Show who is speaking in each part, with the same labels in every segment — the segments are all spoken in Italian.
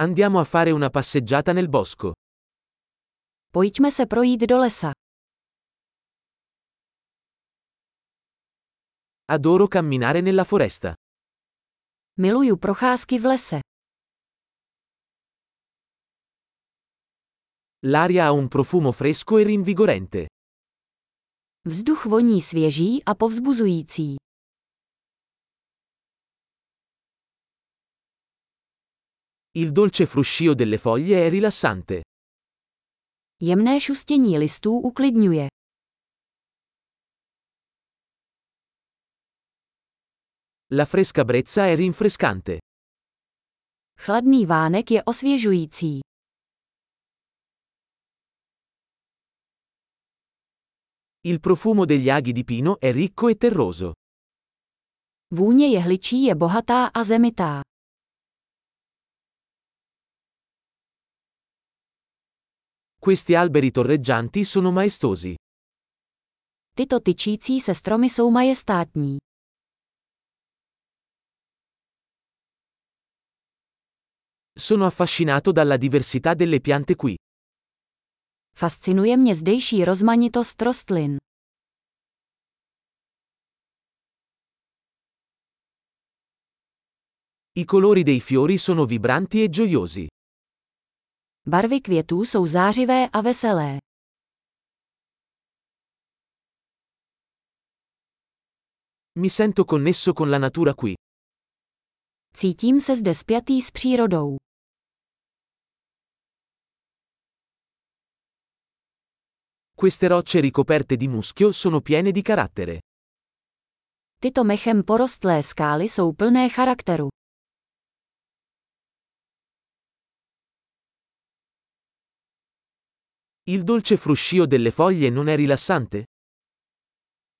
Speaker 1: Andiamo a fare una passeggiata nel bosco.
Speaker 2: Pojďme se projít do lesa.
Speaker 1: Adoro camminare nella foresta.
Speaker 2: Miluju procházky v lese.
Speaker 1: L'aria ha un profumo fresco e rinvigorente.
Speaker 2: Vzduch voní svěží a povzbuzující.
Speaker 1: Il dolce fruscio delle foglie è rilassante.
Speaker 2: Jemné šustění listů uklidňuje.
Speaker 1: La fresca brezza è rinfrescante.
Speaker 2: Chladný vánek je osvěžující.
Speaker 1: Il profumo degli aghi di pino è ricco e terroso.
Speaker 2: Vůně jehličí je bohatá a zemitá.
Speaker 1: Questi alberi torreggianti sono maestosi.
Speaker 2: Tyto tyčící se stromy jsou majestátní.
Speaker 1: Sono affascinato dalla diversità delle piante qui.
Speaker 2: Fascinuje mě zdejší rozmanitost rostlin.
Speaker 1: I colori dei fiori sono vibranti e gioiosi.
Speaker 2: Barvy květů jsou zářivé a veselé.
Speaker 1: Mi sento connesso con la natura qui.
Speaker 2: Cítím se zde spjatý s přírodou.
Speaker 1: Queste rocce ricoperte di muschio sono piene di carattere.
Speaker 2: Tyto mechem porostlé skály jsou plné charakteru.
Speaker 1: Il dolce fruscio delle foglie non è rilassante?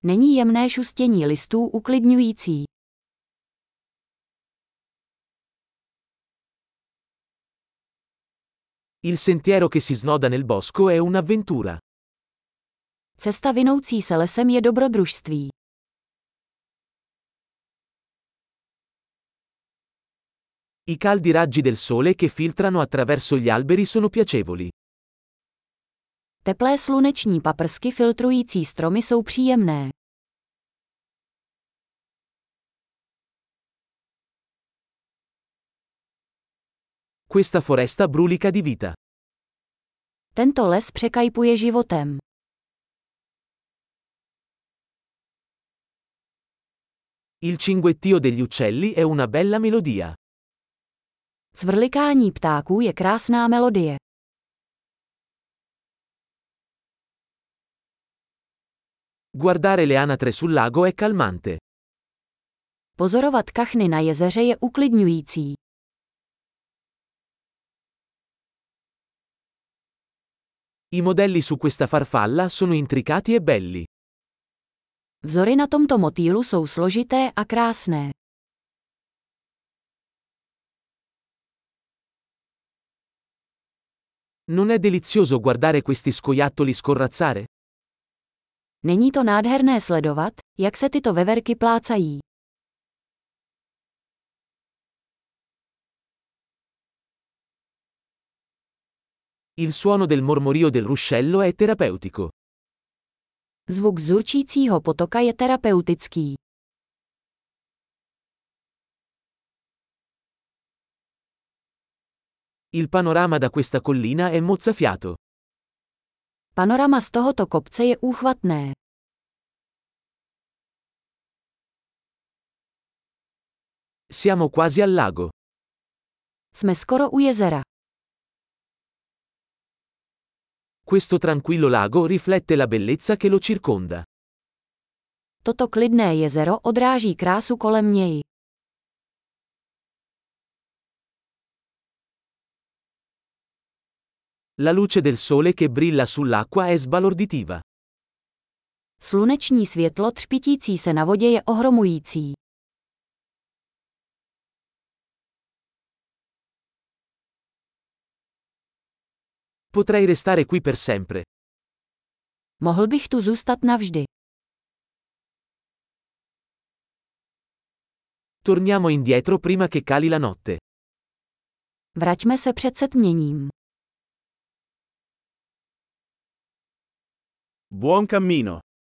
Speaker 2: Není jemné šustění listů uklidňující.
Speaker 1: Il sentiero che si snoda nel bosco è un'avventura.
Speaker 2: Cesta vinoucí se lesem je dobrodružství.
Speaker 1: I caldi raggi del sole che filtrano attraverso gli alberi sono piacevoli.
Speaker 2: Teplé sluneční paprsky filtrující stromy jsou příjemné.
Speaker 1: Questa foresta brulica di vita.
Speaker 2: Tento les překajpuje životem.
Speaker 1: Il cinguettio degli uccelli è una bella melodia.
Speaker 2: Cvrlikání ptáků je krásná melodie.
Speaker 1: Guardare le anatre sul lago è calmante.
Speaker 2: Pozorovat kachny na jezeře je uklidňující.
Speaker 1: I modelli su questa farfalla sono intricati e belli.
Speaker 2: Vzory na tomto motýlu jsou složité a krásné.
Speaker 1: Non è delizioso guardare questi scoiattoli scorrazzare?
Speaker 2: Není to nádherné sledovat, jak se tyto veverky plácají.
Speaker 1: Il suono del mormorio del ruscello è terapeutico.
Speaker 2: Zvuk zurčícího potoka je terapeutický.
Speaker 1: Il panorama da questa collina è mozzafiato.
Speaker 2: Panorama z tohoto kopce je úchvatné.
Speaker 1: Siamo quasi al lago.
Speaker 2: Jsme skoro u jezera.
Speaker 1: Questo tranquillo lago riflette la bellezza che lo circonda.
Speaker 2: Toto klidné jezero odráží krásu kolem něj.
Speaker 1: La luce del sole che brilla sull'acqua è sbalorditiva.
Speaker 2: Sluneční světlo třpitící se na vodě je ohromující.
Speaker 1: Potrei restare qui per sempre.
Speaker 2: Mohl bych tu zůstat navždy.
Speaker 1: Torniamo indietro prima che cali la notte.
Speaker 2: Vraťme se před setměním.
Speaker 1: Buon cammino!